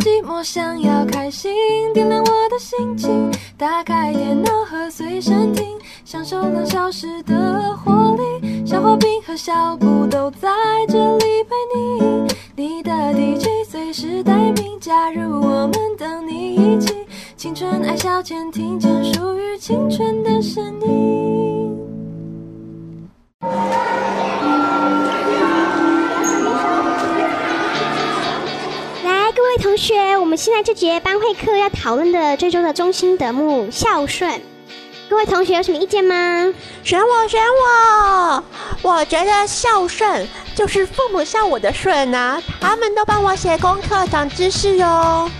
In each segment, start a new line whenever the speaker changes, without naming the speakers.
寂寞，想要开心，点亮我的心情。打开电脑和随身听，享受两小时的活力。小花瓶和小布都在这里陪你，你的 DJ 随时待命，加入我们，等你一起。青春爱消遣，听见属于青春的声音。
来，各位同学，我们现在这节班会课要讨论的最终的中心德目孝顺，各位同学有什么意见吗？
选我，选我！我觉得孝顺就是父母孝我的顺啊，他们都帮我写功课、长知识哦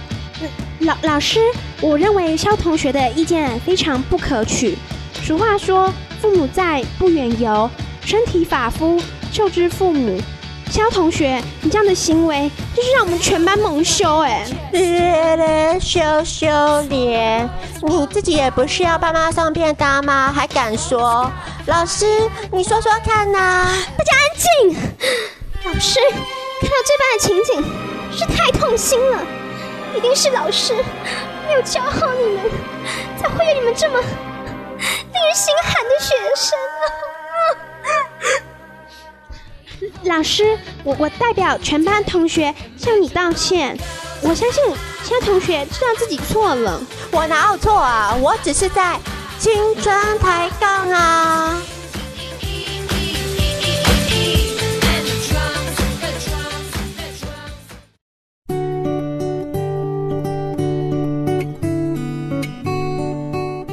哟、
老老师，我认为肖同学的意见非常不可取。俗话说，父母在，不远游，身体发肤，受之父母。肖同学，你这样的行为就是让我们全班蒙羞哎！
别人羞羞脸，你自己也不是要爸妈送便当吗？还敢说？老师，你说说看呐、
大家安静。老师，看到这般的情景，是太痛心了。一定是老师没有教好你们，才会有你们这么令人心寒的学生啊！老师，我我代表全班同学向你道歉。我相信其他同学知道自己错了。
我哪有错啊？我只是在青春抬杠啊！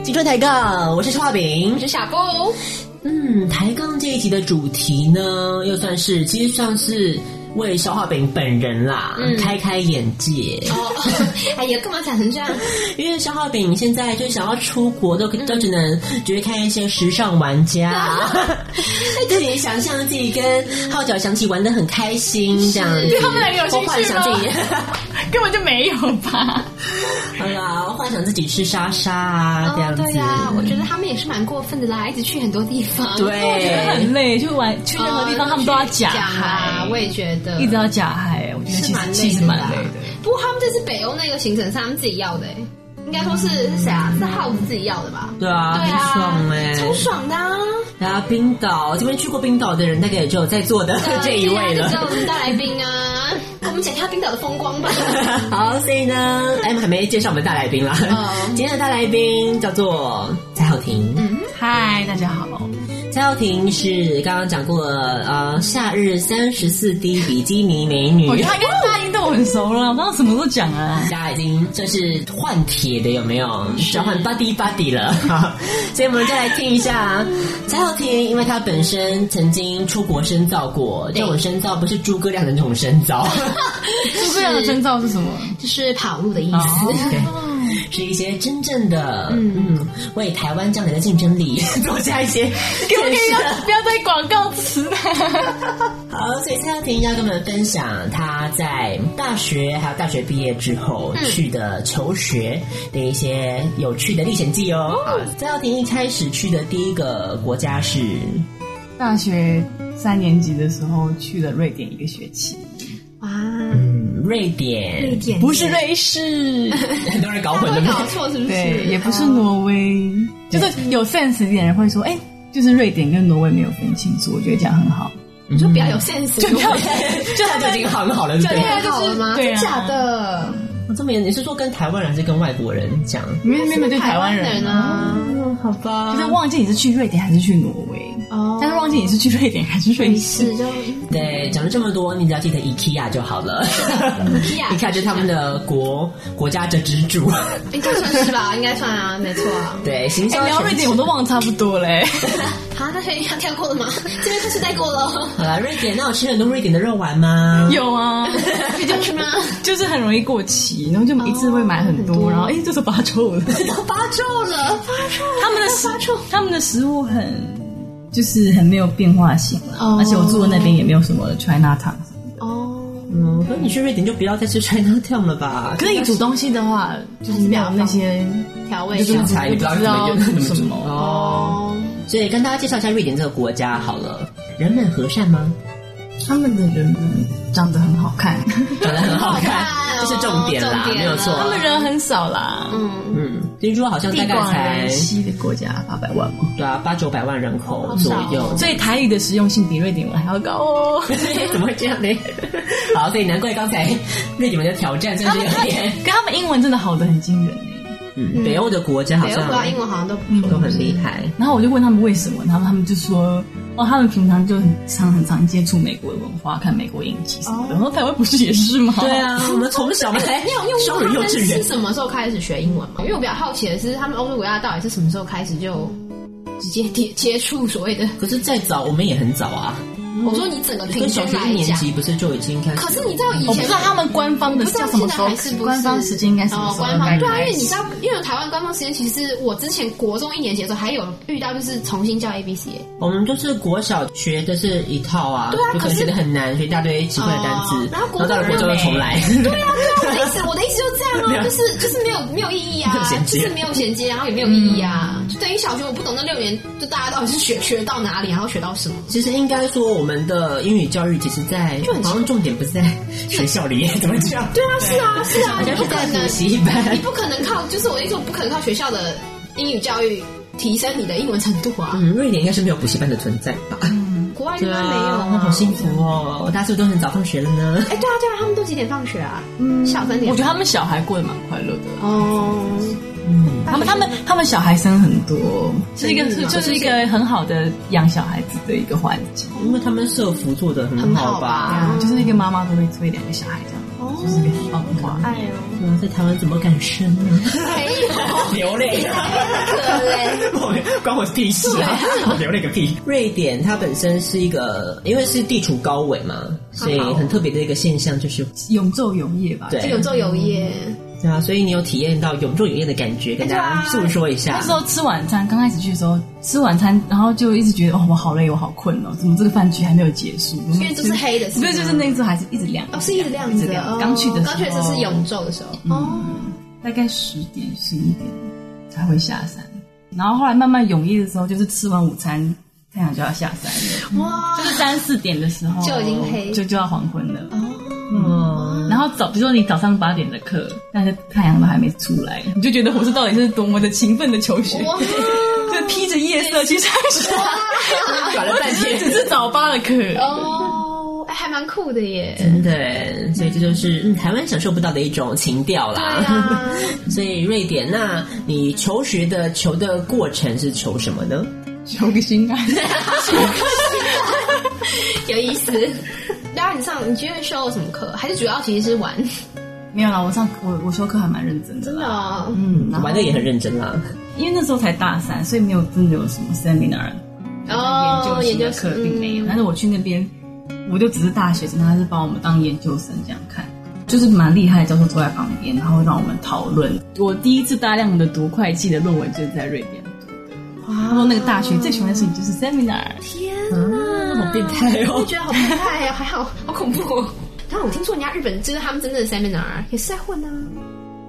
青春抬杠，我是画饼
我。是小布，
嗯，抬杠这一集的主题呢，又算是其实算是为消化饼本人啦、开开眼界。
嗯哦， 哎呀，干嘛讲成这样？嗯
因为消化饼现在就想要出国都、都只能只会看一些时尚玩 家，自己想象自己跟号角响起玩的很开心这样子，
对他们两个有兴
我
趣
幻想自己。
根本就没有吧？
好啦，我幻想自己吃沙沙啊，这样子。
哦对呀、我觉得他们也是蛮过分的啦，一直去很多地方，
对
我哦觉得很累，就玩去任何地方，他们都要假
讲哦啊，
嗨，
我也觉得
一直要假嗨，我觉得
是
其
蛮
实
累
其实
的
蛮
啦
累的。。
不过他们这次北欧那个行程是他们自己要的、欸，应该说是是谁啊？是耗子自己要的吧？
对啊，
对
很
啊
爽哎、
超爽的啊！
然后冰岛这边去过冰岛的人，大概也只有在座的这一位
对啊就只有
了
我。们大来宾啊，我们讲一下冰岛的风 光吧。
好，所以呢，M 还没介绍我们大来宾啦。
嗯
今天的大来宾叫做蔡浩庭。
嗨，大家好，
蔡浩庭是刚刚讲过了，呃，夏日三十四 D 比基尼美女
我。觉得他跟大家已经对我很熟了，我刚刚什么都讲啊。
大家已经算是换铁的有没有？转换 body body 了，好所以我们再来听一下蔡浩庭，因为他本身曾经出国深造过，这种深造不是诸葛亮的那种深 造，
诸葛亮的征兆是什么？
就是跑路的 意
哦
思。
是一些真正的嗯，为台湾将来的竞争力 做下一些
不可
建
以
设。
要不要再广告词了？
好，所以蔡耀庭要跟我们分享他在大学还有大学毕业之后去的求学的一些有趣的历险记哦。好蔡耀庭一开始去的第一个国家是
大学三年级的时候去了瑞典一个学期，
哇，
嗯瑞典，
瑞典
不是瑞士，
很多人搞混
会
了
搞错是不是？
对，也不是哦挪威，就是有 sense 一点人会说，哎，就是瑞典跟挪威没有分清楚，我觉得这样很 好。
你就
比较有 sense，
就比较
嗯就他就已经很好了，对不对？
太好了吗？
对啊
真假的，
我这么严，你是说跟台湾人还是跟外国人讲？
你们那边对台湾
人
人啊，
啊，
好吧
就是忘记你是去瑞典还是去挪威，
哦
但是忘记你是去瑞典还是瑞士。
是就
对，讲了这么多，你只要记得 IKEA 就好了。IKEA 就是他们的国国家的支柱，
应该算是吧，应 该算啊，没错啊。
对，行销
哎，聊
全
瑞典我都忘得差不多 嘞、
好，大学一样跳过了吗？ 这边开始带过了，
好了，瑞典，那有吃很多瑞典的肉丸吗？
有啊，
可以这样吃吗？
就是很容易过期，然后就一次会买很多，然后哎、这是八臭了。
发皱了，发皱了。
他们的食他们的食物很就是很没有变化性了，
哦
而且我住的那边也没有什么 China Town。
哦，
嗯，那你去瑞典就不要再吃 China Town 了吧？
可是你煮东西的话，就是没有那些
调味
就是
料
不
吃也不
知
知道
道
怎么
煮什么。
哦。
哦，
所以跟大家介绍一下瑞典这个国家好了，人们和善吗？
他们的人长得很好看，
长得很
好
好看
看，哦
这是重点啦，
重点
没有错。
他
他们人很少啦，
嗯，听说好像大
地
概
广
才
人稀的国家，八百万嘛，
对啊八九百万人口左右，
所以台语的实用性比瑞典文还要高哦。
怎么会这样呢？ 好，所以难怪刚才瑞典们的挑战甚至有点，
可他们英文真的好的很惊人欸
嗯，北欧的国家好
北欧
像
国家英文好像都哎
嗯
不错
都很厉害。
然后我就问他们为什么，然后他们就说，哦，他们平常就很常很常接触美国的文化，看美国影集什
哦
么的。然后台湾不是也是吗？
对，啊，我们从小 来
你有用
双
过
语
他
幼
们
稚
是
园，
什么时候开始学英文吗？因为我比较好奇的是，他们欧洲国家到底是什么时候开始就直接接接触所谓的？
可是再早我们也很早啊，
我说你整个平均
跟小学
来
一年
讲，
级不是就已经开始？
可是你知道以
我不
前
知道他们官方的
不知道
叫什么时候
现在还是不，是
官方时间应该什么
哦，
时候
官方
该开始？
对啊，因为你知道，因为台湾官方时间其实我之前国中一年级的时候还有遇到，就是重新教 A B C，
我们就是国小学的是一套啊，
对啊
不可
可是
学的很难，学一大堆奇怪的单
哦
词，
然后国
到了
中
国中又重来。
对啊，对啊，我的意思，我的意思就是这样啊，就是就是没有没有意义啊
没有，衔接
就是没有衔接，然后也没有意义啊，就等于小学我不懂那六年，就大家到底是学学到哪里，然后学到什么，
其实应该说，我们的英语教育其实在，
很
好像重点不是在学校里，怎么 讲？对啊，
是啊是啊，
好
你
像
不
是
可
在补
能，
习班
你。不可能靠，就是我的意思，我不可能靠学校的英语教育提升你的英文程度啊，
嗯，瑞典应该是没有补习班的存在吧？
国外应该没有啊
那好幸福哦！大家是不是都很早放学了呢？
哎，对啊，对啊，他们都几点放学啊？下午三点。
我觉得他们小孩过得蛮快乐的。
哦，
他们他们他们小孩生很多，是一个就是一个很好的养小孩子的一个环境，
嗯因为他们社服做的很
很
好
好
吧？
吧？
就是一个妈妈都会推两个小孩这样，
哦
就是一个很棒的妈妈。
哎呦，
对啊，在台湾怎么敢生 呢？流泪，我 关我屁事啊！我流泪个屁！瑞典它本身是一个，因为是地处高纬嘛，所以很特别的一个现象就是，
永昼永夜吧，
对
有昼有夜，
对啊，所以你有体验到永昼永夜的感觉，跟大家
啊
诉说一下
那时。候吃晚餐，刚开始去的时候吃晚餐，然后就一直觉得哦，我好累，我好困哦，怎么这个饭局还没有结束？因
因为都是黑的，
不是就是那一次还是一直亮，
哦，是一直亮
一直
子的
亮。
哦。
刚去的时候嗯
刚去的时候是永昼的时候，哦，
大概十点十一点才会下山，然后后来慢慢永夜的时候，就是吃完午餐太阳就要下山了。
哇
就，是三四点的时候
就已经黑哦
就就要黄昏了。嗯，然后早，比如说你早上八点的课，但是太阳都还没出来，你就觉得我这到底是多么的勤奋的求学，
哇
就披着夜色去上学，
搞了半天，
只是早八的课。
哦，哎，还蛮酷的耶。
真的耶，所以这就是、嗯、台湾享受不到的一种情调
对
啦。
啊，
所以瑞典，那你求学的求的过程是求什么呢？
求个心
啊
安，
有意思。然后你上，你今天修了什么课？还是主要其实是 玩？
没有啦，我上我我修课还蛮认真的
真
啦。
的哦，
嗯，然后
玩的也很认真啦。
因为那时候才大三，所以没有真的有什么 seminar
哦，
研
研
究
究嗯
生
生
的课并没有。但是我去那边，我就只是大学生，他是把我们当研究生这样看，就是蛮厉害的教授坐在旁边，然后让我们讨论。我第一次大量的读会计的论文就是在瑞典读的。他说那个大学最喜欢的事情就是 seminar，
啊
嗯，好变态
我
哦！
觉得好变态呀，还好，好恐怖、哦。然后我听说人家日本就是他们真正的 seminar 也是在混啊，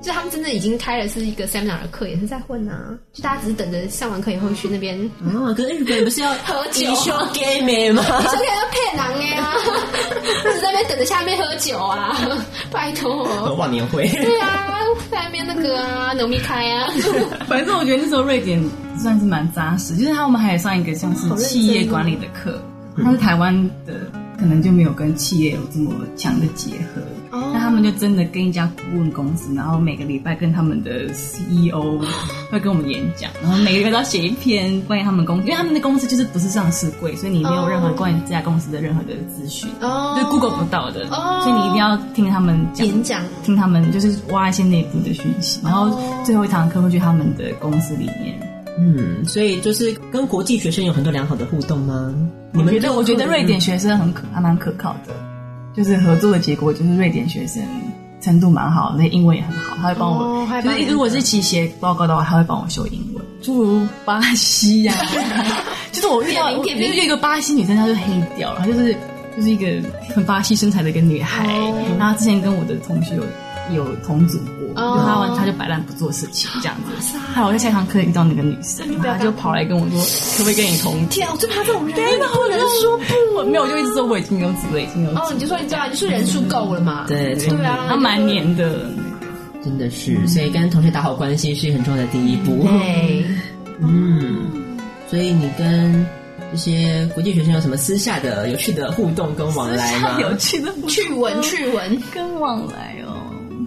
就是他们真的已经开了是一个 seminar 的课，也是在混啊，就大家只是等着上完课以后去那边，你
啊，可是日本不是要
嗯喝酒
你说 gay 没 吗？
就可以要骗人的呀， 只在那边等着下面喝酒啊， 拜托。
忘年会，
对啊，在那边那个啊，农民开啊，
反正我觉得那时候瑞典算是蛮扎实，就是他们还有上一个像是企业管理的课，但是台湾的可能就没有跟企业有这么强的结合。
哦
那他们就真的跟一家顾问公司，然后每个礼拜跟他们的 CEO 会跟我们演讲，然后每个礼拜都要写一篇关于他们公司，因为他们的公司就是不是上市柜，所以你没有任何关于这家公司的任何的资讯，
哦
就是 Google 不到的，
哦
所以你一定要听他们讲
演讲
听他们就是挖一些内部的讯息，然后最后一堂课会去他们的公司里面。
嗯，所以就是跟国际学生有很多良好的互动吗？你
我
们嗯
觉得我觉得瑞典学生很可还蛮可靠的，就是合作的结果就是瑞典学生程度蛮好，那英文也很好，他会帮我，
哦还
就
帮你
是如果是期写报告的话，他会帮我修英文。诸如巴西呀、 就是我遇到我
点名点名
遇到一个巴西女生，她就黑掉哦了，她就是就是一个很巴西身材的一个女孩。然后她之前跟我的同学有有同组过，
哦
然后他就摆烂不做事情这样子。后来我在下一堂课遇到那个女生，然后她就跑来跟我说，可不可以跟你同组？
天啊，我最怕这种人，对，
然后我就说不，没有，我就一直说我已经有组了，已经有组了。
哦，你就说你对啊，你说人数够了嘛？
对
对啊，
他蛮黏的，
真的是，所以跟同学打好关系是很重要的第一步。
对，
嗯，所以你跟这些国际学生有什么私下的有趣的互动跟往来吗？
有趣的
趣闻趣闻，
跟往来哦。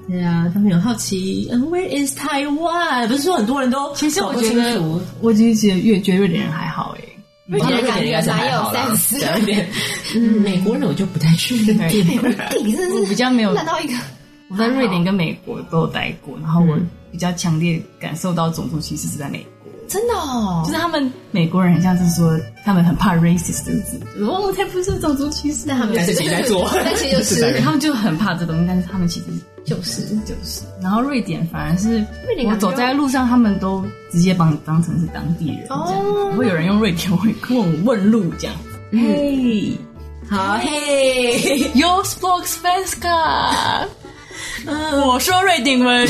对啊，他们很好奇，嗯，Where is Taiwan？不是说很多人都
其实
搞
我
不
觉
清
得
楚，，
我其实觉得越觉得瑞典人还好哎、
瑞
典人
典人应该是还好啦
蛮有 sense 的
对瑞典 人嗯，美国人我就不太确定。
哎你真
我
的
比
是
较没有，
烂到一个，
我在瑞典跟美国都有待过，然后我
嗯
比较强烈感受到种族歧视是在美国，
真的哦
就，是他们美国人很像是说他们很怕 racist 这个字，就是说哦，我才不是种族歧视，他们
但是自己在 做，
但其实就
自然
是
他们就很怕这东西，但是他们其实
就是
就是，然后瑞典反而是
瑞典
我
感觉
走在路上，他们都直接把你当成是当地人，这样
哦
会有人用瑞典文跟我问路这样。嘿，
嗯好嘿，
Yo s p o k s v e n s k a
嗯
我说瑞 典文。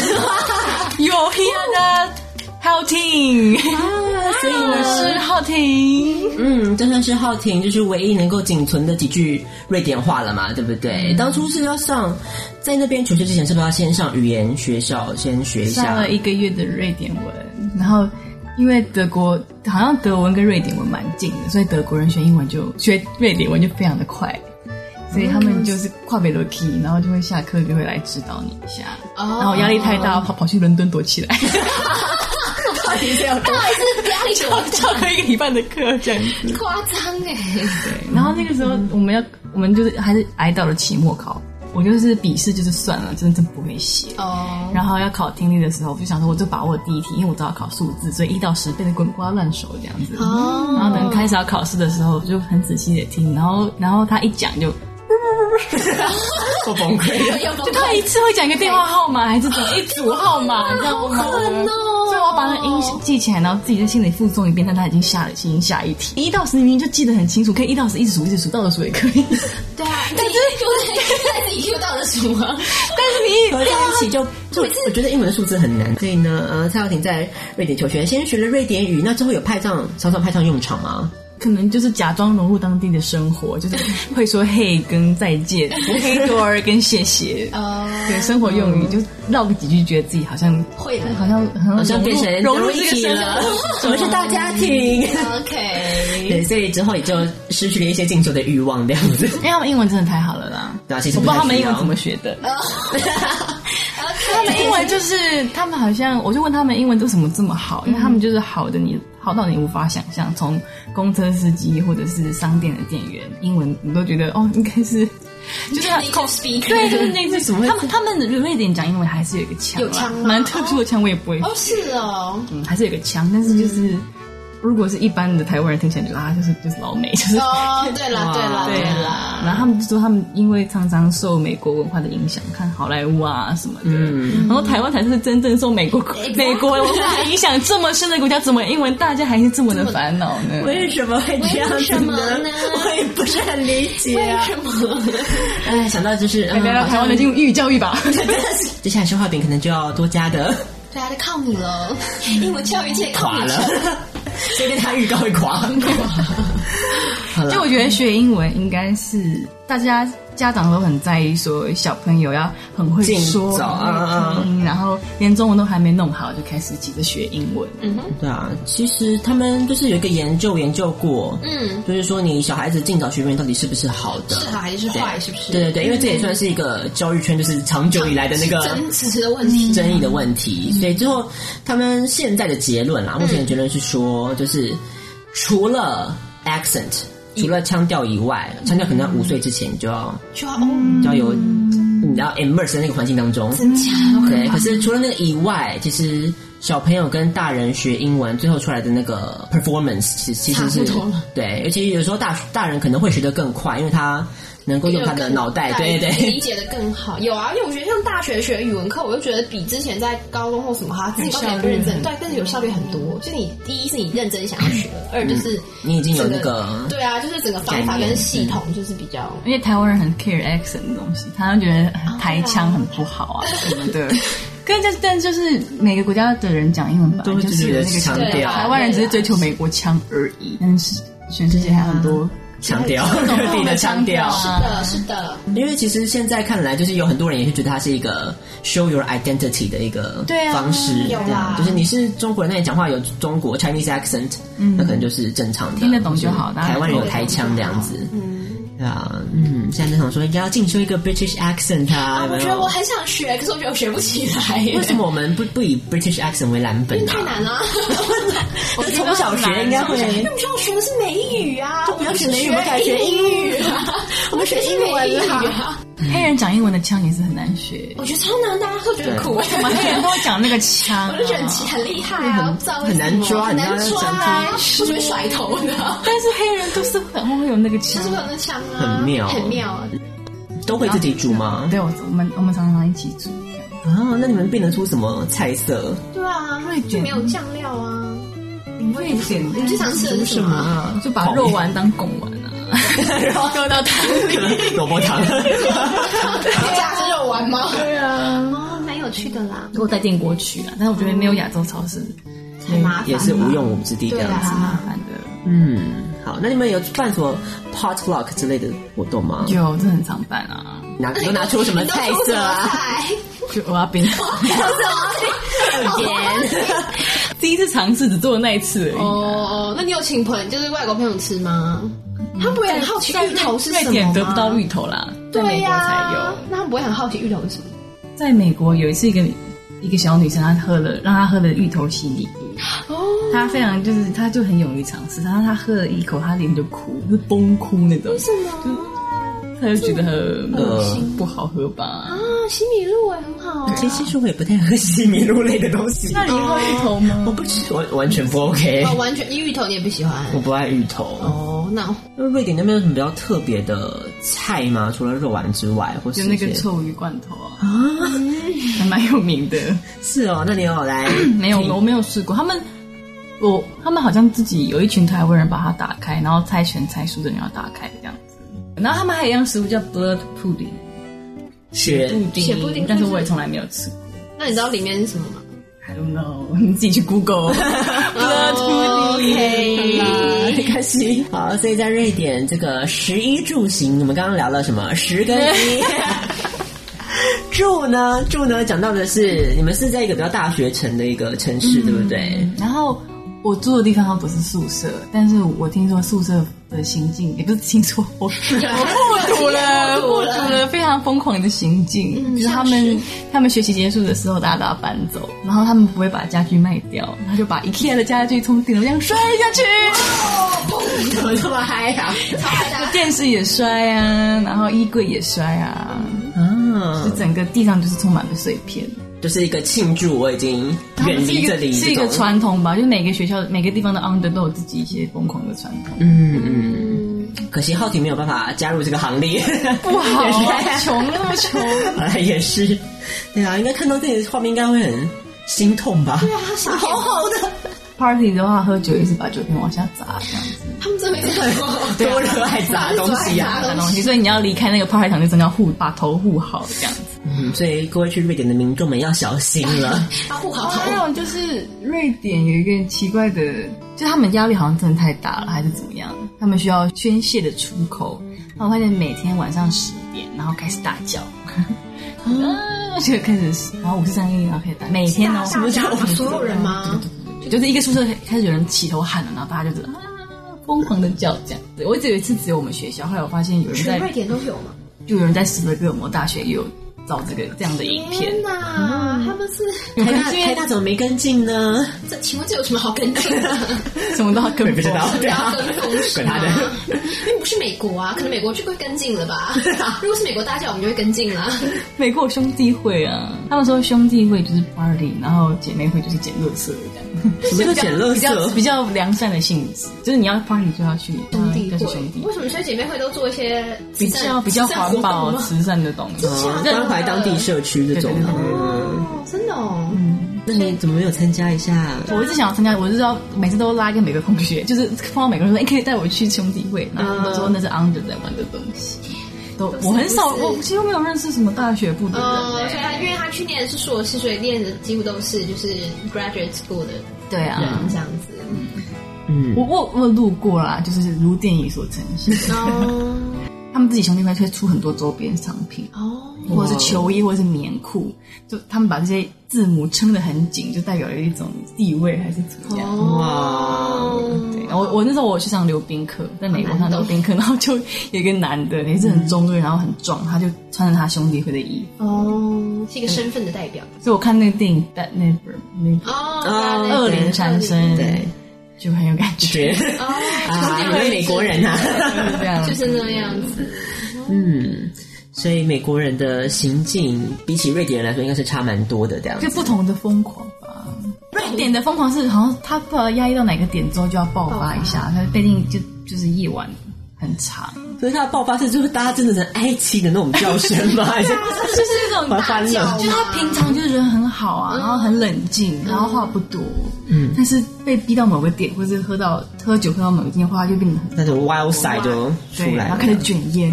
有 here 的浩婷，
所以
我
呢，
是浩婷。
嗯，就算是浩婷，就是唯一能够仅存的几句瑞典话了嘛，对不对？当初是要上在那边求学之前，是不是要先上语言学校先学一
上
下
了？一个月的瑞典文，然后因为德国好像德文跟瑞典文蛮近的，所以德国人学英文就学瑞典文就非常的快。所以他们就是跨北罗 key，然后就会下课就会来指导你一下，
哦
然后 压力太大，跑跑去伦敦躲起来，
到底是有到底是压力多
翘课一个礼拜的课这样子。
夸张哎？
然后那个时候我们要，我们就是还是挨到了期末考，我就是笔试就是算了，真的真不会写。
哦，
然后要考听力的时候，我就想说我就把握第一题，因为我知道考数字，所以一到十背的滚瓜烂熟这样子。
哦
然后等开始要考试的时候，我就很仔细的听，然后然后他一讲就。
我崩溃了。
有
就他一次会讲一个电话号码，还是怎么一组号码，你知道吗？所以我要把那音记起来，然后自己在心里附送一遍。但他已经下了，已经下一题，一到十明明就记得很清楚，可以一到十一直数，一直数，倒着数也可以。
对啊，但是又在自己 Q 到了什么？
合在一起就就 我觉得英文数字很难，所以呢，呃，蔡耀婷在瑞典求学，先学了瑞典语，那之后有派上常常派上用场吗？
可能就是假装融入当地的生活，就是会说嘿跟再见，嘿 door 跟谢谢，
呃，
对生活用语就绕个几句，觉得自己好像
会的
好像
好
好
像
像
变成
嗯融入
一
这个
体
生
了
活，
我们是大家 庭。
OK，
对，所以之后也就失去了一些进修的欲望，这样子。
因为哎他们英文真的太好了啦，
对啊其实
我不
不
知
太
道他
需
们英
要
文怎么学的。他们英文就是他们好像，我就问他们英文为什么这么好，因为他们就是好的你好到你无法想象，从公车司机或者是商店的店员，英文你都觉得哦应该是就是他
Native speaker
对，就是那个什么，他们他们瑞典讲英文还是有一个腔啦，
有腔吗
蛮特殊的腔，我也不会，
哦是哦，
嗯，还是有一个腔，但是就是。如果是一般的台湾人听起来就啊，就是就是老美， 就是
哦对啦对啦
对
对啦，
啦，
啊
然后他们就说他们因为常常受美国文化的影响，看好莱坞啊什么的，
嗯
然后台湾才是真正受美国
哎
美国文化影响这么深的国家，怎么英文大家还是这么的烦恼 呢？
为什么会这样
为
子
什么
呢
呢？
我也不是很理解、啊。
什么？
哎，想到就是，
来
嗯，
聊聊台湾的英语教育 吧。
接下来消化饼可能就要多加的
对啊，就靠你了，英文教育界靠
垮
你
了， 所以跟他预告会垮。好
就
了，
我觉得学英文应该是大家家长都很在意，说小朋友要很会
尽
说，
早啊
很会听，然后连中文都还没弄好就开始急着学英文。
对啊，其实他们就是有一个研究研究过，
嗯，
就是说你小孩子尽早学英语到底是不是好的？
是好还是坏？是不是？
对对对，因为这也算是一个教育圈，就是长久以来的那个
争执的问题，
争议的问题，所以最后他们现在的结论啊啦，目前的结论是说，就是除了 accent，除了腔调以外，腔调可能要五岁之前就要
就要哦，
就要有，你要 immerse 在那个环境当中。
真假？
对，可是除了那个以外，其实小朋友跟大人学英文，最后出来的那个 performance 其其实是
差不多了
对，尤其有时候大大人可能会学得更快，因为他能够用他的脑袋，对对
理解的更 好。有啊，因为我觉得像大学学语文课，我就觉得比之前在高中或什么哈，自己根本不认真，对，更有效率很多。
嗯
就你第一是你认真想要学，二就是
你已经有那
整
个
对啊，就是整个方法跟系统就是比较。
而且台湾人很 care accent 的东西，他们觉得哎台腔很不好啊什么的。跟但但就是每个国家的人讲英文吧，
都会
就是有那个
觉得
腔
强调
台湾人只是追求美国腔而已，但是全世界还有很多
强调， 各地的腔调。
是的，是的，
因为其实现在看来，就是有很多人也是觉得它是一个 show your identity 的一个
对啊
方式，
有啊
这样就是你是中国人，那你讲话有中国 Chinese accent，、那
嗯
可能就是正常的，
听得懂就好大家
台湾人有台腔这样子，嗯，对啊，嗯，现在就想说应该要进修一个 British accent 啊，有
我
没
觉得我
有？
很想学，可是我觉得我学不起来耶，
为什么我们不不以 British accent 为蓝本啊
太？难了。
我觉得从小学应该 会。
因为我们学校学的是美语啊，
就不要学美语我们改学英语
啊， 我们学的是美语啊。
黑人讲英文的腔也是很难学，
我觉得超难的、啊，会觉得很苦哎、
我们 黑人都会讲那个腔、啊
我就觉得很奇很厉害啊，不知道为
很
什么
难抓
很
你知道
难
那
抓
讲
啊，我只会甩头的，
但是黑人都是很会有那个
就
腔
是。会有那枪啊，
很妙
很妙啊。
都会自己煮吗？
对，我我们我们常常一起煮。
啊，那你们变得出什么菜 色？
对啊，
瑞
就
卷
没有酱料啊。
瑞典，
你最常吃的是什么啊？
啊，
就把肉丸当贡丸啊，然后丢到汤里。
萝卜汤。
加是肉丸吗？对啊，哦，蛮有趣的啦。
如果在建国区啊，但是我觉得没有亚洲超市
很嗯麻烦，
也是无用武之地这样
对
子。
是
啊
麻烦的。
嗯，好，那你们有办什么 potluck 之类的活动吗？
有，这很常办啊，
拿有拿出什么菜色啊？
就我要 冰糖
点
第一次尝试只做了那一次而已。
哦，那你有请朋友，就是外国朋友吃吗？他不会很好奇芋头是
瑞
什么
典
吗？
得不到芋头啦，
对
在美国
呀、
才有。
那他们不会很好奇芋头是什么？
在美国有一次一个一个小女生，她喝了让她喝了芋头洗礼露，
哦
她非常就是她就很勇于尝试，然后她喝了一口，她脸就哭，就崩哭那种，
什么
她就觉得很
恶
呃不好喝吧
啊？。西米露哎，很好啊。
其实其实我也不太喝西米露类的东 西，
那你喝芋头吗？
我不吃，我完全不 OK，
哦，完全你芋头你也不喜欢
我不爱芋头。
哦，那
那瑞典那边有什么比较特别的菜吗？除了肉丸之外，或是
就那
一
个
些
臭鱼罐头啊，
哦
还蛮有名的。
是哦，那你有来
没有，我没有试过。他们，我他们好像自己有一群台湾人把它打开，然后猜拳猜输的人要打开这样子。然后他们还有一样食物叫 blood pudding，
学
布丁，
血布丁
但是我也从来没有吃过。
那你知道里面是什么吗？
I don't know，你自己去 Google Oh blood pudding。
哦
没 关系。好，所以在瑞典这个十一住行，我们刚刚聊了什么？十跟 一。住呢，住呢，讲到的是你们是在一个比较大学城的一个城市，
嗯
对不对？
然后我住的地方它不是宿舍，但是我听说宿舍的行径，也不是听说，我我目睹了，目睹了非常疯狂的行径，就是他们他们学习结束的时候，大家都要搬走，然后他们不会把家具卖掉，他就把 IKEA 的家具从顶楼这样摔下去，
怎么这么嗨呀、
电视也摔啊，然后衣柜也摔啊，
啊？
就整个地上就是充满了碎片。
就是一个庆祝，我已经远离这里，
是一个是一
这
个
种。
传统吧，就是每个学校每个地方的 under 都有自己一些疯狂的传统。
嗯嗯。可惜浩婷没有办法加入这个行列，不 好
穷那么 穷，
啊，也是，对啊，应该看到这里的画面，应该会很心痛吧？对啊，好好的，
party 的话，喝酒也是把酒瓶往下砸这样子，
他们真没看过。
多热爱砸东西 啊！
砸东西。所以你要离开那个 party 场，就真的要护把头护好这样子。
嗯，所以各位去瑞典的民众们要小心 了。
他护好
还
头，
有哦就是瑞典有一个奇怪的，就是他们压力好像真的太大了，还是怎么样？他们需要宣泄的出口。然后发现每天晚上十点，然后开始大叫， 啊，就开始，然后五四三一，然后开始大，每天哦，什么
大家所有人吗？
就是一个宿舍开始有人起头喊了，然后大家就是啊疯狂的叫这样。对我只有一次只有我们学校，后来我发现有人
全
在
瑞典都有吗？
就有人在斯德哥尔摩大学也有照这个这样的影片
天。哪，他们们是哎
台大台大怎么没跟进呢？
这，请问这有什么好跟进的？
什么都要跟
不知
风
道，对
然
啊
后跟风，是
管他
吗
的。
因为不是美国啊，可能美国就会跟进了吧。如果是美国大家，我们就会跟进了。
美国有兄弟会啊，他们说兄弟会就是 party，然后姐妹会就是捡垃圾这样。
什么叫捡垃圾
啊比较比较良善的性质，就是你要 party 就要去
兄弟
就是
会
兄弟，
为什么所以姐妹会都做一些
比
慈善
较比较
慈善活
环
动
保
吗
慈善的东西。
哦关怀当地社区这种
对对
的。
对
嗯
哦，真的哦，
那你怎么没有参加一下？
我一直想要参加，我是要每次都拉一个美国同学，就是碰到美国人说：“哎、可以带我去兄弟会。”然后我说那是 under 在玩的东西。都我很少，我几乎没有认识什么大学部的人、
哦，所以他因为他去念的是硕士，所以念的几乎都是就是 graduate school 的
对啊，
人这样子。
嗯
我，我我有路过啦，就是如电影所呈现，
哦
他们自己兄弟会会出很多周边商品，
哦，
或者是球衣，或者是棉裤，就他们把这些字母撑得很紧，就代表了一种地位还是怎么
哦
样。
哇，
对，我我那时候我去上溜冰课，在美国上溜冰课，然后就有一个男的也是很中二，然后很壮，他就穿着他兄弟会的衣服，
哦，是一个身份的代表
所以我看那个电影《That Never》那
哦
哦
个恶灵缠身，
对，
就很有感觉，
绝
哦，
啊！你们美国人啊，
就是这样
就。是那样子。
嗯，所以美国人的行径比起瑞典人来说，应该是差蛮多的这样子
就。不同的疯狂吧。瑞典的疯狂是好像他不知道压抑到哪个点之后就要爆发一下，他毕竟就就是夜晚很长，
所以他的爆发是就是大家真的是哀泣的那种叫 声吗？还是
就是那种
欢欢乐？
就是他平常就是人很好啊，然后很冷静，然后话不多，
嗯，
但是被逼到某个点，或是喝到喝酒喝到某一点的话，就变得很
那种 wild side 就
对，
出来
然后
了
开。始卷烟，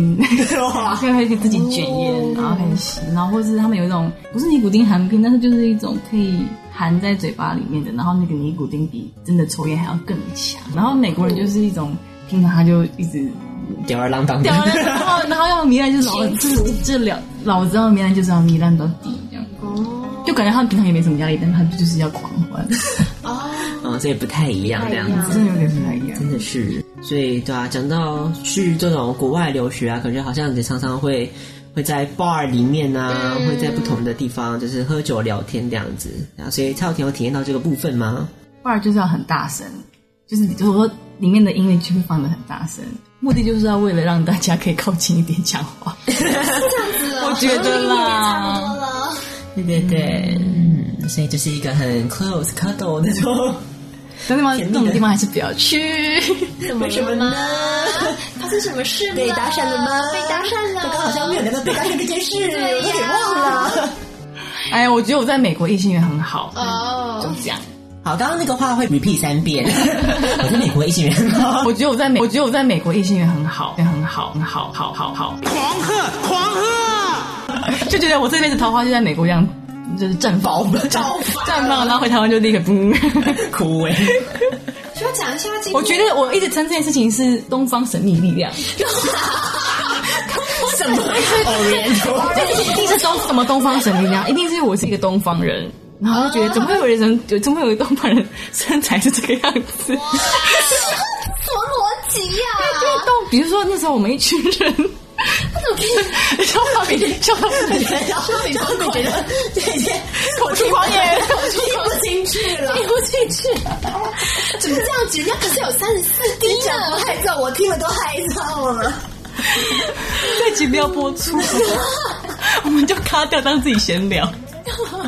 现在开始自己卷烟，然后开始吸，然后或是他们有一种不是尼古丁含片，但是就是一种可以含在嘴巴里面的，然后那个尼古丁比真的抽烟还要更强。然后美国人就是一种平常他就一直
吊儿郎当的
掉， 了，然后然后要糜烂就是老这这了，老子要糜烂就是要糜烂到底这样。
哦
就感觉他们平常也没什么压力，但是他们就是要狂欢，
哦，
嗯，所以不太一样这样子。
真的有点不太一样。
真的是，所以对啊，讲到去这种国外留学啊，感觉好像也常常会会在 bar 里面啊，会在不同的地方就是喝酒聊天这样子啊。所以蔡耀婷有体验到这个部分吗？
不然就是要很大声，就是你就是说里面的音乐就会放的很大声，目的就是要为了让大家可以靠近一点讲 话。我觉得啦，
对对对，嗯，所以这是一个很 close cuddle 那种。
但是嘛，
甜
这
蜜的
种地方还是不要去。
为什么呢？
发生什么事了？
被搭讪了吗？
被搭讪了。
刚刚好像没有聊到被搭讪这件事，
对呀
我给忘了。
哎呀，我觉得我在美国异性缘很好，就
哦，
这样。
好，刚刚那个话会 repeat 三遍。我在美国一行人啊吗？
我觉得我在美，我觉得我在美国异性缘很好，也很好，很好，好好好，
狂喝，狂喝！
就觉得我这辈子桃花就在美国一样，就是绽放，绽 绽放，然后回台湾就立刻嗯。
枯萎。
欸
需要讲一下今
我觉得我一直称这件事情是东方神秘力量。什么？这一定是东什么东方神秘力量？一定是因为我是一个东方人。然后就觉得怎么会有人，有怎么会有东方人身材是这个样子？
什么逻辑呀？
就动，比如说那时候我们一群人，消防员，消防员，
然后你就会觉得这一件
口出狂言，
听不进去了。
丢进去，
怎么这样子？人家可是有三十四 D 呢。
害臊，我听了都害臊了。
这集不要播 出，我们就卡掉当自己闲聊。嗯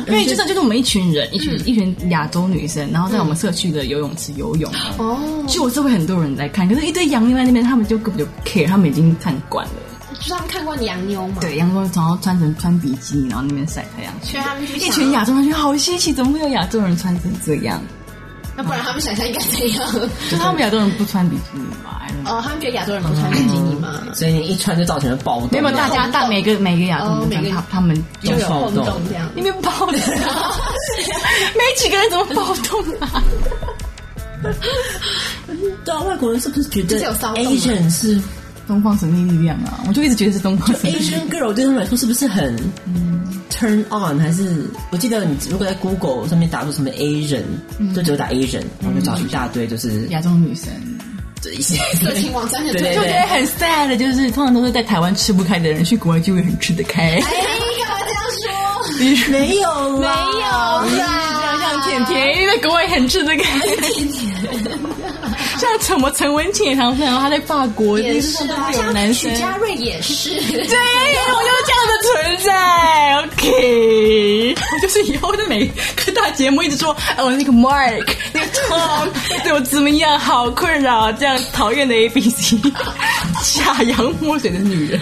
因为就算就是我们一群人，一群、一群亚洲女生，然后在我们社区的游泳池游泳，哦、就我是会很多人来看，可是一堆洋妞在那边，他们就根本就不 care，他们已经看惯了。
就是他们看过洋妞嘛？，
对，洋妞然后穿成穿比基尼，然后那边晒太阳，
所以他们就
一群
洋，
亚洲人觉得好稀奇，怎么会有亚洲人穿成这 样？
那不然他们想象应该怎样？
就他们亚洲人不穿比基尼吧？I don't know
哦，他们觉得亚洲人啊不穿比基尼吗？
所以你一穿就造成了暴动。
没有，大家大每个每个亚洲
哦
人
每
都
个
穿他他们
就有
暴
轰
动
动这样。
你们暴 动、啊，没几个人怎么暴动 啊？
对啊，外国人是不是觉得
是有骚动吗
Asian 是
东方神秘力量啊，我就一直觉得是东方神秘力量。
Asian girl 对他们来说是不是很 turn on？还是我记得你如果在 Google 上面打出什么 Asian，就只有打 Asian，然后就找一大堆就是
亚洲女生，
这一些
色情网站的
对
对
就觉得很 sad 的，就是通常都是在台湾吃 不开的人，去国外就会很吃得开。
哎，干嘛这样说？
没有
没有，
很甜，因为国外很吃这个。像什么陈文茜也常常，他在法国，
也
电视
是
上都
啊，
会有男
像
生
许。家瑞也是，
对，我就是这样的存在。OK，我就是以后在每个大节目一直说，哦，那个 Mark，那个 Tom 对我怎么样，好困扰，这样讨厌的 A B C，下羊摸水的女人。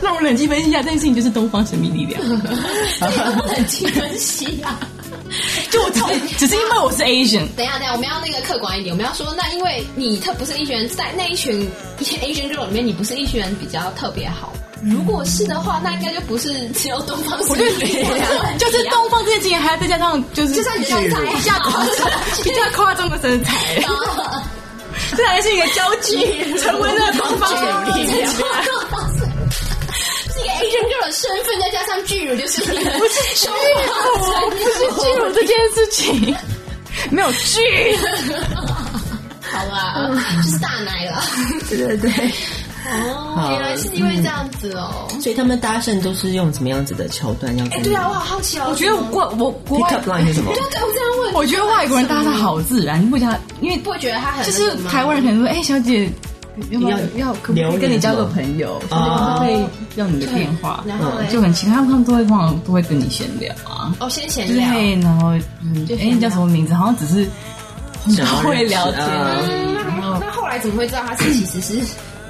让我冷静分析一下这件事情，就是东方神秘力量。
很清分析啊。
就我只是因为我是 Asian，
等一下，等一下，我们要那个客观一点，我们要说，那因为你特不是 A 群人，在那一群 A 群 girl 里面，你不是 A 群人比较特别好。如果是的话，那应该就不是只有东方
我
神
就
秘力量，
就是东方这件事情，还要再加上就是
就算你身材
比较夸张、比较夸张的身材， 这才是一个交 际，成为那个东方神秘力量。
这个 A 群 girl 的身份，再加上巨乳，就是你
不是巨乳，不是巨乳这件事 情，没有巨。
好吧，就是大奶了。
对对对。
哦，
好
原来是因为这样子哦。
所以他们搭讪都是用怎么样子的桥段？要
哎，对啊，我好好奇哦。
我觉得我国我
pick
国外
up，line 是什么？
对，我这样问，
我觉得外国人搭讪好自然，你不觉得？因为
不会觉得他很
就是台湾人可能说，哎、小姐，要不要要可不可以跟你交个朋友？
留言吗
他会要你的电话，
然后嘞
就很奇怪，他们都会通常都会跟你闲聊啊，
哦，先闲
就是
聊。
嘿，然后嗯，
就闲
哎、
聊
你叫什么名字？好像只是
想要认识
会聊天
啊
嗯那那后来怎么会知道他是其实是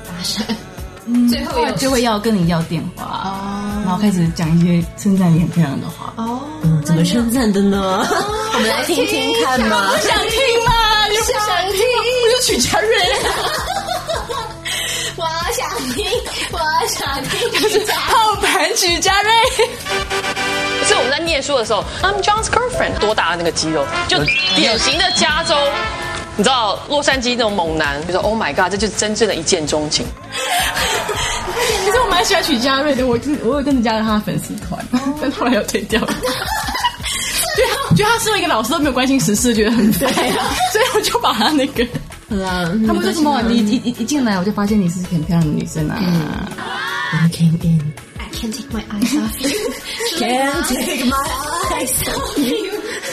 搭讪？最后
后来
有
就会要跟你要电话，啊然后开始讲一些称赞你很漂亮的话。
哦，
嗯，怎么称赞的 呢？我们来听听看嘛。
想 听吗？你不想听，我就许家瑞。
我想听，我想听。
胖盘许家瑞，
是我们在念书的时候，I'm John's girlfriend，多大的那个肌肉，就典型的加州，你知道洛杉矶那种猛男，就说 Oh my God，这就是真正的一见钟情。
其实我蛮喜欢许家瑞的，我我有跟着加入他的粉丝团，但后来又退 掉了。觉得他觉得他身为一个老师都没有关心时事，觉得很烦，所以我就把他那个，他们说什么你一一一进来我就发现你是很漂亮的女生啊，
I came in,
I can't take my eyes off you，
嗯
can't take my eyes.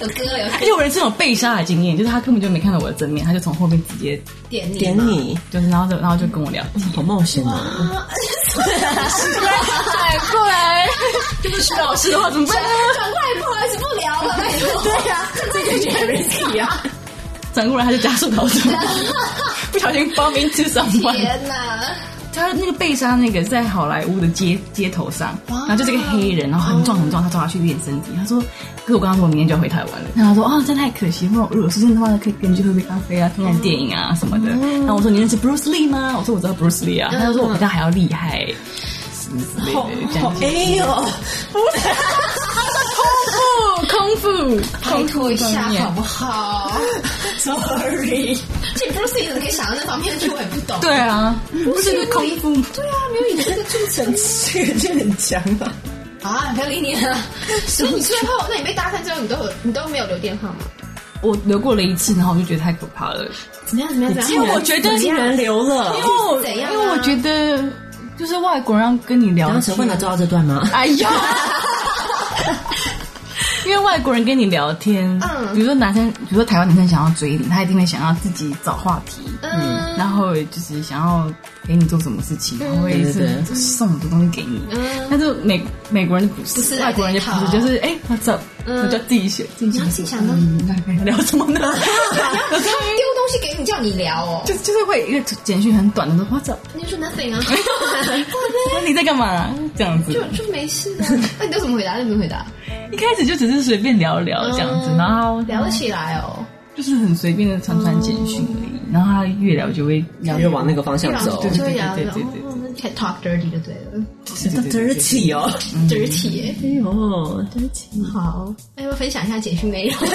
有歌有
而且我人生有被杀的经验，就是他根本就没看到我的正面，他就从后面直接
点你
点你，
就是然后就然后就跟我聊天，
好冒险啊！
哎过来，就是许老师的话怎么办？
转过来，不好意思，不聊了，拜托。对呀，这就很 risky 啊！
转过来他就加速逃 走，不小心 bump into someone。
天哪，
他那个被杀那个是在好莱坞的街街头上，然后就是个黑人，然后很壮很壮，他找他去练身体。他说：“可是我跟他说我明天就要回台湾了。”然后他说：“哦，真太可惜，不然如果是这样的话，可以跟你去喝杯咖啡啊，看看电影啊什么的。”
嗯
然后我说：“你认识 Bruce Lee 吗？”我说：“我知道 Bruce Lee 啊。”他就说：“我比他还要厉害。”什么之类的，这样
哎呦，
功夫，
拜托一下
功夫
好不 好？Sorry，这 Bruce Lee 怎么可以想到那方面去？我也不懂。
对啊，不是功夫，
对啊，没有你的这个助成
这个就很强啊！
啊，不要理你 了。所以你最后，那你被搭讪之后，你都有你都没有留电话吗？
我留过了一次，然后我就觉得太可怕了。
怎么样？怎么样？怎
因
么
为
样
我？觉得
竟然留了
因，为我
怎样啊
因为我觉得就是外国人要跟你聊
然后陈慧拿做到这段吗？
哎呀，因为外国人跟你聊天，
嗯
比如说男生，比如说台湾男生想要追你，他一定会想要自己找话题，
嗯，
然后就是想要陪你做什么事情，然后会
对对
是
对
送很多东西给你。但是美美国人就不是，
不嗯是嗯
外国人就不是，就是哎，what's up，我就自己选，自己
你要
想
自己想东西
嗯， 那该聊什么呢？
他丢东西给你，叫你聊哦。
就就是会一个简讯很短的说 what's up，
你就说 nothing 啊，
你在干嘛？这样子，
就就没事啊。那你都怎么回答？你怎么回答？
一开始就只是随便聊聊
嗯
这样子，然后
聊得起来哦。
就是很随便的传传简讯而已，
嗯
然后他越聊就会聊
越往那个方向
然后
走，
就会聊，
对
然
对对对
后就开始哦 talk dirty 就对了
到 dirty 哦，
，dirty 耶。
哎呦，dirty，
好，那要不要分享一下简讯 内容？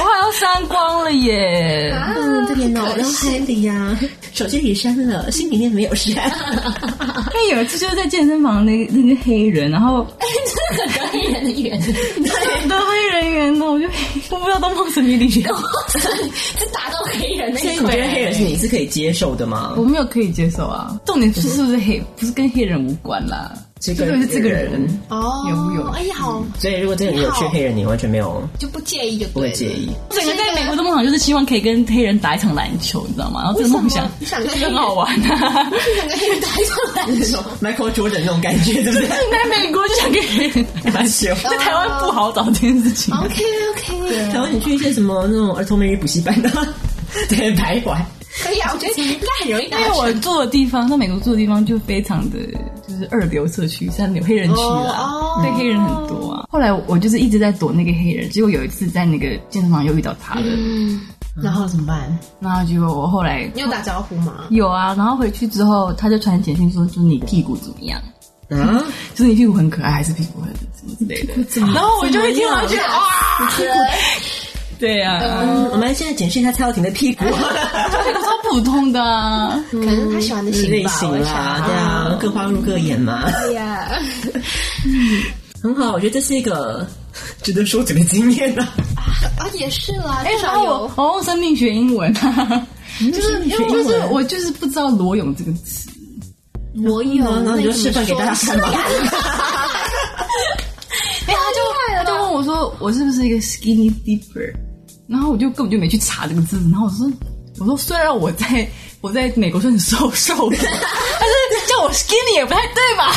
我好像删光了耶，
啊
嗯，这边脑脑海里呀，手机里删了，心里面没有 删。
因为有一次就是在健身房那个那个黑人，然后
黑人的人，
很多黑人员呢，我就我不知道当梦神秘里人，
是打到黑人那
所以
一
你觉得
块。
黑人是你是可以接受的吗
我？没有可以接受啊。重点是是不是黑，不是跟黑人无关啦，
这
这
个
个是这个人，
哦，
有木有
哎呀，好
所以如果真的你有去黑人，你完全没有
就不介意就
不会
对了。
介意。
整个在美国的梦想就是希望可以跟黑人打一场篮球，你知道吗？然后这个梦想
你想跟
很好，玩啊。
你想跟黑人打一场篮球，
Michael Jordan 那种感觉，对不对？
在美国就想跟黑人打篮球，在台湾不好找这件事情。
OK OK，
然后你去一些什么那种儿童美语补习班啊， 对，徘徊。
可以啊，我觉得应该很容易打
因为我住的地方，在美国住的地方就非常的就是二流社区，像有黑人区啦，对黑人很多啊。后来我就是一直在躲那个黑人，结果有一次在那个健身房又遇到他了，
然后怎么办？
然后结果我后来
你有打招呼吗？
有啊，然后回去之后他就传简讯说，就是你屁股怎么样？
嗯，
就是你屁股很可爱，还是屁股很什么之类 的？然后我就会听完觉得啊， 对啊，
嗯我们现在检视一下蔡耀婷的屁股
屁股超普通的啊。
可能他喜欢的型
类
吧，
型
我
啦，
想
对啊，各花入各眼嘛，嗯
对 呀，
很好，我觉得这是一个值得说嘴的经验啊。
啊也是啦，至
哎然
少
后我
有
我用生命学英文啊，就是
生命
因
学
为
英文
就是我就是不知道裸泳这个词，
我有，
然哎后你就示范给大家看嘛。
哎，他就他就问我说我是不是一个 skinny dipper，然后我就根本就没去查这个字，然后我说我说虽然我在我在美国是很瘦瘦的，但是叫我 skinny 也不太对吧？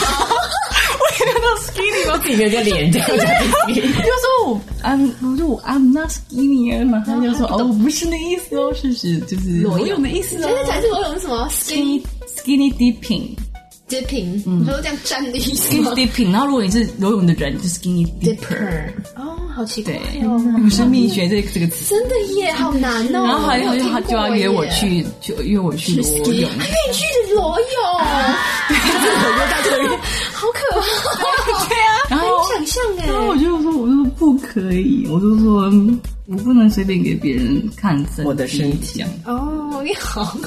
我也没有到 skinny 吗？
自己的个脸这样
就说我 I'm 我说我 I'm not skinny，啊然后他就说哦不是那意思哦，是是就是裸泳的意思哦
现在才是我有什么 skin
，skinny skinny dipping。
截屏，
嗯
你说这样站的意思
skinny
吗
dipping，然后如果你是游泳的人，就是 skinny dipper。
Dipper 哦，好奇怪
对，
哦，
有生命学这这个词。
真的耶，好难哦。
然后后来
我没有听
他就他就要
过
约我
耶，
去，就约我去游泳。
还可以去裸 泳，好可怕哦，对啊，
然后
想象哎
然，后我就说，我就说不可以，我就说嗯我不能随便给别人看身体
我的身体
这样。
哦，你好，会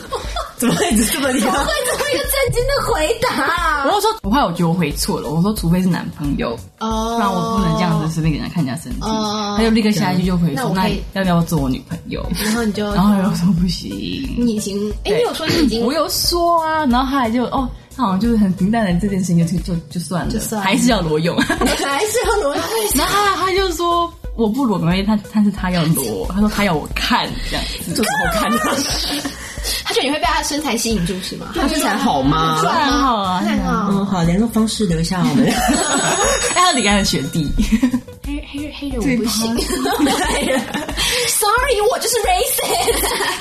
怎么会这么厉害？
怎么一个震惊的回答？
我就说，我怕我觉得我回错了。我说，除非是男朋友，
哦
不然我不能这样子。随便给人家看人家身体。
哦
他就立刻下一句就回
那我
说，
可
那
以
要不要做我女朋 友？
然后你就，
然后我说不行，
你已经，哎，
对
你有说你已经
我有说啊，然后后来就哦，他好像就是很平淡的这件事情就就就算了，
算了
还是要裸泳。
还是要裸泳？
然后他他就说我不裸没关系，他但是他要裸，他说他要我看这样子，做什么看？
他觉得你会被他的身材吸引住是吗？
他身材好吗？
当然好啊，
太好，
嗯，好，联络方式留一下我们。
哎，他李安的学弟，
黑黑黑人我不行，sorry，我就是 racist，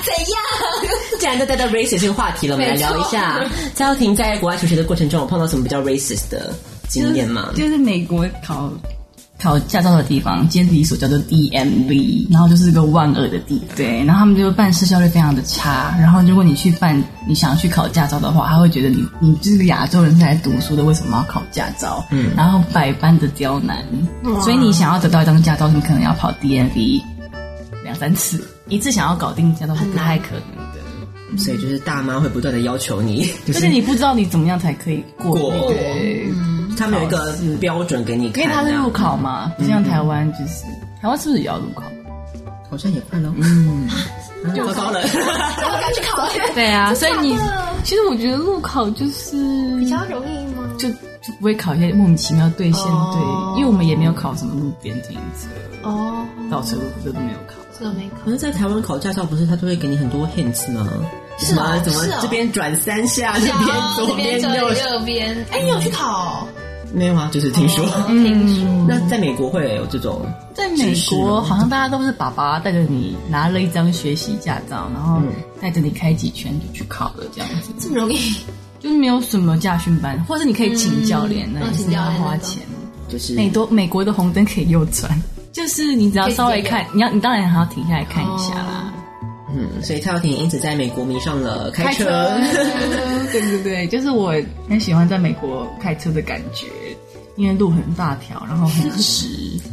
怎样？
既然都带到 racist 这个话题了，我们来聊一下 蔡耀婷在国外求学的过程中，有碰到什么比较 racist 的经验吗？
就是美国考。考驾照的地方，监理所叫做 DMV，然后就是个万恶的地方。对，然后他们就办事效率非常的差。然后如果你去办，你想要去考驾照的话，他会觉得你你就是个亚洲人是来读书的，为什么要考驾照？嗯，然后百般的刁难。所以你想要得到一张驾照，你可能要跑 DMV 两三次，一次想要搞定驾照是不太可能的。
所以就是大妈会不断的要求你，就
而且
是
你不知道你怎么样才可以过
过
那个嗯
他们有一个标准给你
因
看
为
啊，
它是路考嘛，不像台湾就是台湾是不是也要路考？
好像也快了，嗯， 就高 了。
我要去考，
对 啊，所以你其实我觉得路考就是
比较容易吗？
就就不会考一些莫名其妙对线
哦
对，因为我们也没有考什么路边停车、
哦，
倒车入库都没有考。
这个没考。
好像在台湾考驾照，不是他都会给你很多 hints 吗？
是哦
什么啊
是哦
怎么这边转三下， 那边左边右下，
右边。哎，你有去考？
没有啊，就是听说。
嗯，
那在美国会有这种
在美国好像大家都是爸爸带着你拿了一张学习驾照，然后带着你开几圈就去考了这样子，
这么容易？
就是没有什么驾训班，或者你可以请教练，那
嗯
也是要花
请教
钱。
就是
美多美国的红灯可以右转，就是你只要稍微看，你要你当然还要停下来看一下啦。
嗯，所以蔡耀婷因此在美国迷上了开车。
对对对，就是我很喜欢在美国开车的感觉，因为路很大条，然后很直，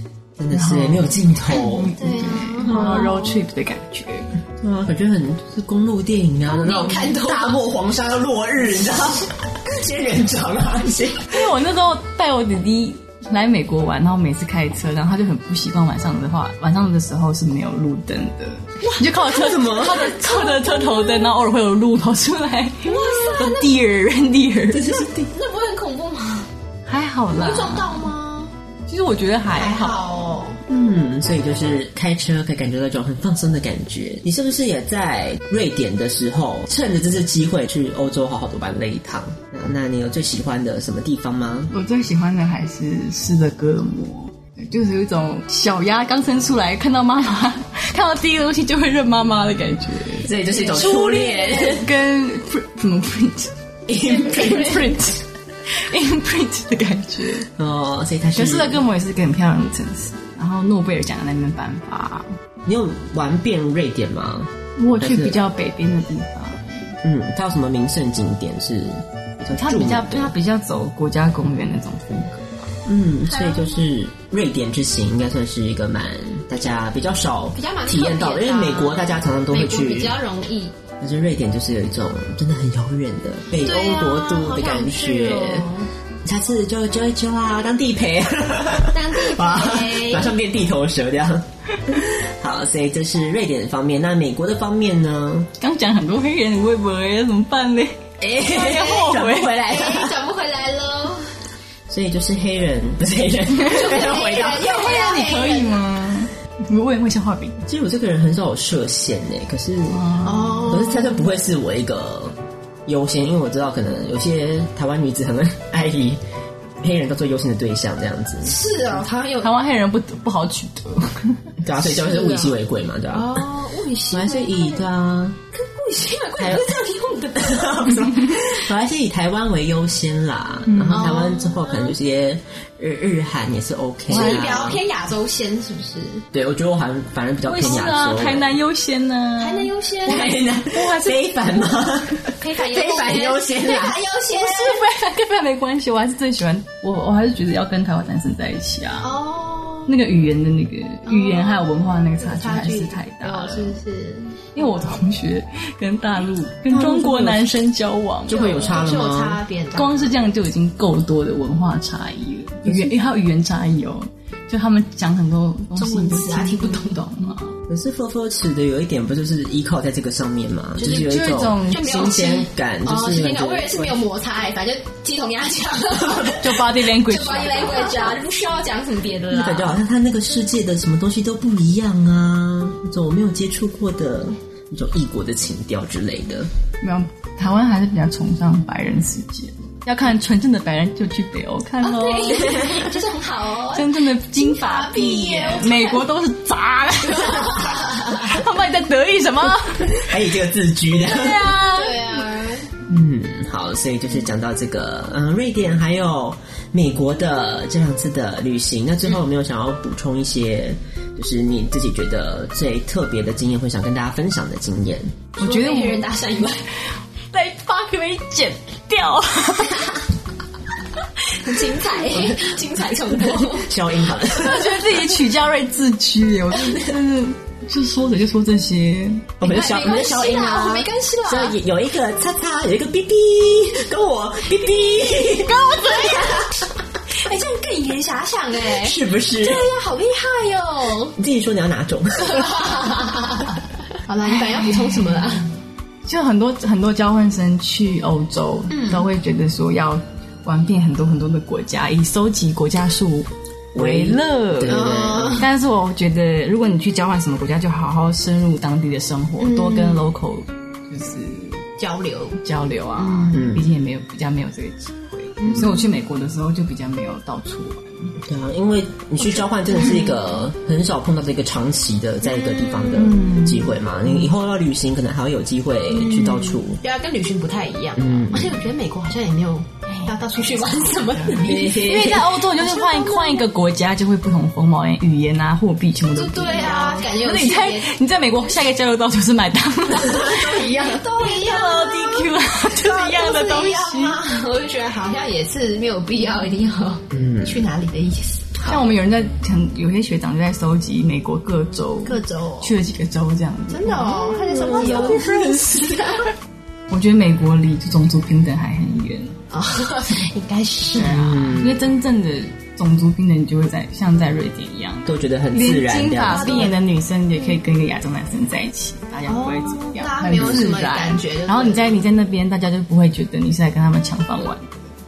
真的是没有尽 头，
对啊，
然后 road trip 的感觉。
对啊，感觉很就是公路电影啊，那种看大漠黄沙落日，你知 道，仙人掌啊，一些
因为我那时候带我弟弟来美国玩，然后每次开车，然后他就很不习惯晚上的话，晚上的时候是没有路灯的，你就靠着车什么，靠着靠着车头灯，然后偶尔会有路跑出来，哇塞，deer deer，
那不会很恐怖吗？
还好啦
有，撞到吗？
其实我觉得还
还
好。
好哦，
嗯，所以就是开车可以感觉到一种很放松的感觉。你是不是也在瑞典的时候，趁着这次机会去欧洲好好的玩了一趟？那那你有最喜欢的什么地方吗？
我最喜欢的还是斯德哥尔摩，就是有一种小鸭刚生出来，看到妈妈， 看到第一个东西就会认妈妈的感觉。
这也就是一种初恋。
跟 print 什么 print imprint imprint 的感觉。
哦，所以它
可
是。
是呢，哥摩也是一个很漂亮的城市，然后诺贝尔奖在那边颁发。
你有玩遍瑞典吗？
我去比较北边的地方，
嗯，它有什么名胜景点是比较
它
著
比
名
较
的
它比较走国家公园那种风格。
嗯，所以就是瑞典之行应该算是一个蛮大家比较少
比较蛮
体验到
特
的，
别
因
的
为
啊
美国大家常常都
美
会
国
去，
比较容易。
但是瑞典就是有一种真的很遥远的北
对
欧
啊
国度的感觉。
好想去哦
下次就揪一揪啊，当地陪，
当 地陪
哇马上变地头蛇这样。好，所以这是瑞典方面。那美国的方面呢？
刚讲很多黑人，微博要怎么办呢？
哎、后悔回来了。
哎转不回来喽，
所以就是黑人，不 是黑人， 又回到
又回到你
可以吗？我也会消化饼，
其实我这个人很少有设限诶，可是
哦
可是他就不会是我一个优先，因为我知道可能有些台湾女子很爱以黑人当做优先的对象这样子，
是哦，好像有
台湾黑人不不好取得。
对啊，所以就是物以稀为贵嘛，对啊。
哦，物以稀
我还是以对啊，
物以稀为贵，不是这样用的吧？
我还是以台湾为优先啦，
嗯
然后台湾之后可能有些日日韩也是 OK
哦所以你比较
啦。
偏亚洲先，是不是？
对，我觉得我好像反而比较
我也
偏
是
亚
啊，
洲，
台南优先呢，
台南优先，
台 南，非凡吗？
非凡
非凡优先
非
啦
凡。优先
不是，非跟非常没关系，我还是最喜欢我，我还是觉得要跟台湾男生在一起啊。
哦，
那个语言的那个语言还有文化那个差距还是太大
哦
了，
是不是？
因为我同学跟大陆跟中国男生交往，
就会有差了
就有
吗？
差别的，
光是这样就已经够多的文化差异了，语言还有语言差异哦，就他们讲很多东西你都听不懂啊，
可是 f o f o 尺的有一点不就是依靠在这个上面嘛，就是有
就
一
一种
就没有
新鲜感，就
哦，
是
那
很
个
多
我以为是没有摩擦，哎，反正鸡同鸭讲，
就 body
就
language，
body language 啊，就不需要讲什么别的
那
啦。
感觉好像他那个世界的什么东西都不一样啊，那种我没有接触过的那种异国的情调之类的。
没有，台湾还是比较崇尚白人世界，要看纯正的白人就去北欧看喽。
对，就是很好哦。
真正的金发碧眼，美国都是渣的，他们还在得意什么？
还以这个自居的，
对啊，
对啊，
嗯，好，所以就是讲到这个，嗯，瑞典还有美国的这两次的旅行，那最后有没有想要补充一些，就是你自己觉得最特别的经验，会想跟大家分享的经 验？
我觉得
除了被黑
我
人搭讪以外，
在发可不可以剪掉？
很精彩，精彩重播。
消音好了。
我觉得自己取家瑞自居，我真的是就说着就说这些，
我们的小我们的
哎没
小
关系
音
啦
啊，
没关系啦
所以有一个叉叉，有一个哔哔，跟我哔哔，跟我
哎，这样更引人遐想哎。
是不是？
对呀，好厉害哦哟！
你自己说你要 哪种？
好了，你本来要补充什么啦？
就很多很多交换生去欧洲，都会觉得说要玩遍很多很多的国家，以收集国家树为乐。
对
但是我觉得，如果你去交换什么国家，就好好深入当地的生活，多跟 local 就是
交流，
嗯交流啊。毕竟也没有比较没有这个机会，所以我去美国的时候就比较没有到处玩。
对啊，因为你去交换真的是一个很少碰到的一个长期的在一个地方的
嗯
机会嘛。你以后要旅行，可能还会有机会去到处。
对啊，跟旅行不太一样。而且我觉得美国好像也没有要到哎处去玩什么的。
因为在欧洲，你就是换换一个国家，就会不同风貌、语言啊、货币全部都不一
对
样。
啊，感觉有
那你
区
在
别
你在美国下一个交流道就是麦当劳
一样， 都一样啊
DQ 啊，就是一样的东
都是一样
西。
啊我就觉得好像也是没有必要一定要
嗯
去哪里的意思。
像我们有人在，很有些学长就在收集美国各州，
各州哦
去了几个州这样子。
真的哦，看见什么有认识的
我觉得美国离种族平等还很远，啊
哦， 应该是啊
嗯
因为真正的种族平等，你就会在像在瑞典一样，
都觉得很自
连
然
金
这样
发
子
碧，眼的女生也可以跟一个亚洲男生在一起，大家不会怎么样，
大家
很
哦没有什
自
么
然
感觉就是
然后你在你在那边，大家就不会觉得你是来跟他们抢饭碗，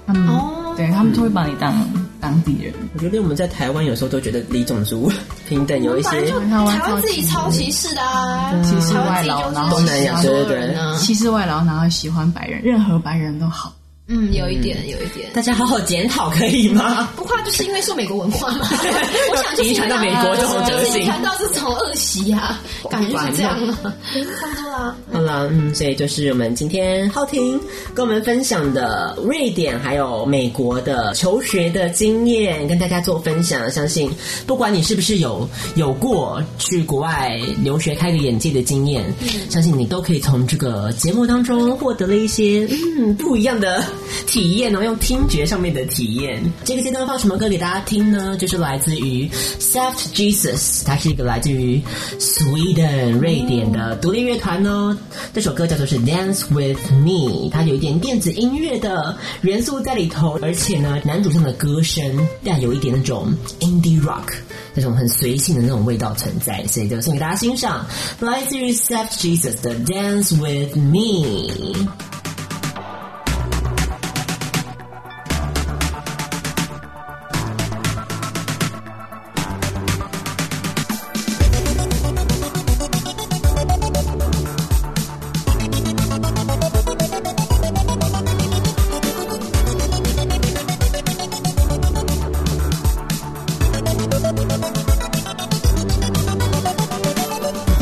他们、
哦
对他们就会把你当当地人。
我觉得我们在台湾有时候都觉得离种族平等有一些
反正就台湾自己超歧视的啊，
歧视
台湾
外
自己
劳，
就
然
是
后
东南亚
喜欢
对
多人啊，
歧视外劳，然后喜欢白人，任何白人都好。
嗯，有一点，有一点。
大家好好检讨可以吗？
不怕，就是因为受美国文化 嘛。我想就是啊
遗传到美国这种德性
遗传到这种恶习啊，感觉就是这样啊了，差不多啦。
好了，嗯，所以就是我们今天浩婷跟我们分享的瑞典还有美国的求学的经验，跟大家做分享。相信不管你是不是有有过去国外留学开个眼界的经验，相信你都可以从这个节目当中获得了一些嗯不一样的体验哦，用听觉上面的体验。这个阶段放什么歌给大家听呢？就是来自于 Soft Jesus，它是一个来自于 Sweden 瑞典的独立乐团哦。这首歌叫做是 Dance with Me，它有一点电子音乐的元素在里头，而且呢，男主唱的歌声带有一点那种 indie rock 那种很随性的那种味道存在，所以就送给大家欣赏，来自于 Soft Jesus 的 Dance with Me。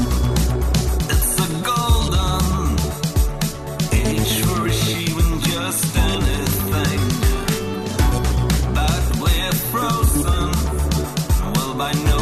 It's a golden age for achieving just anything. But we're frozen, well, by no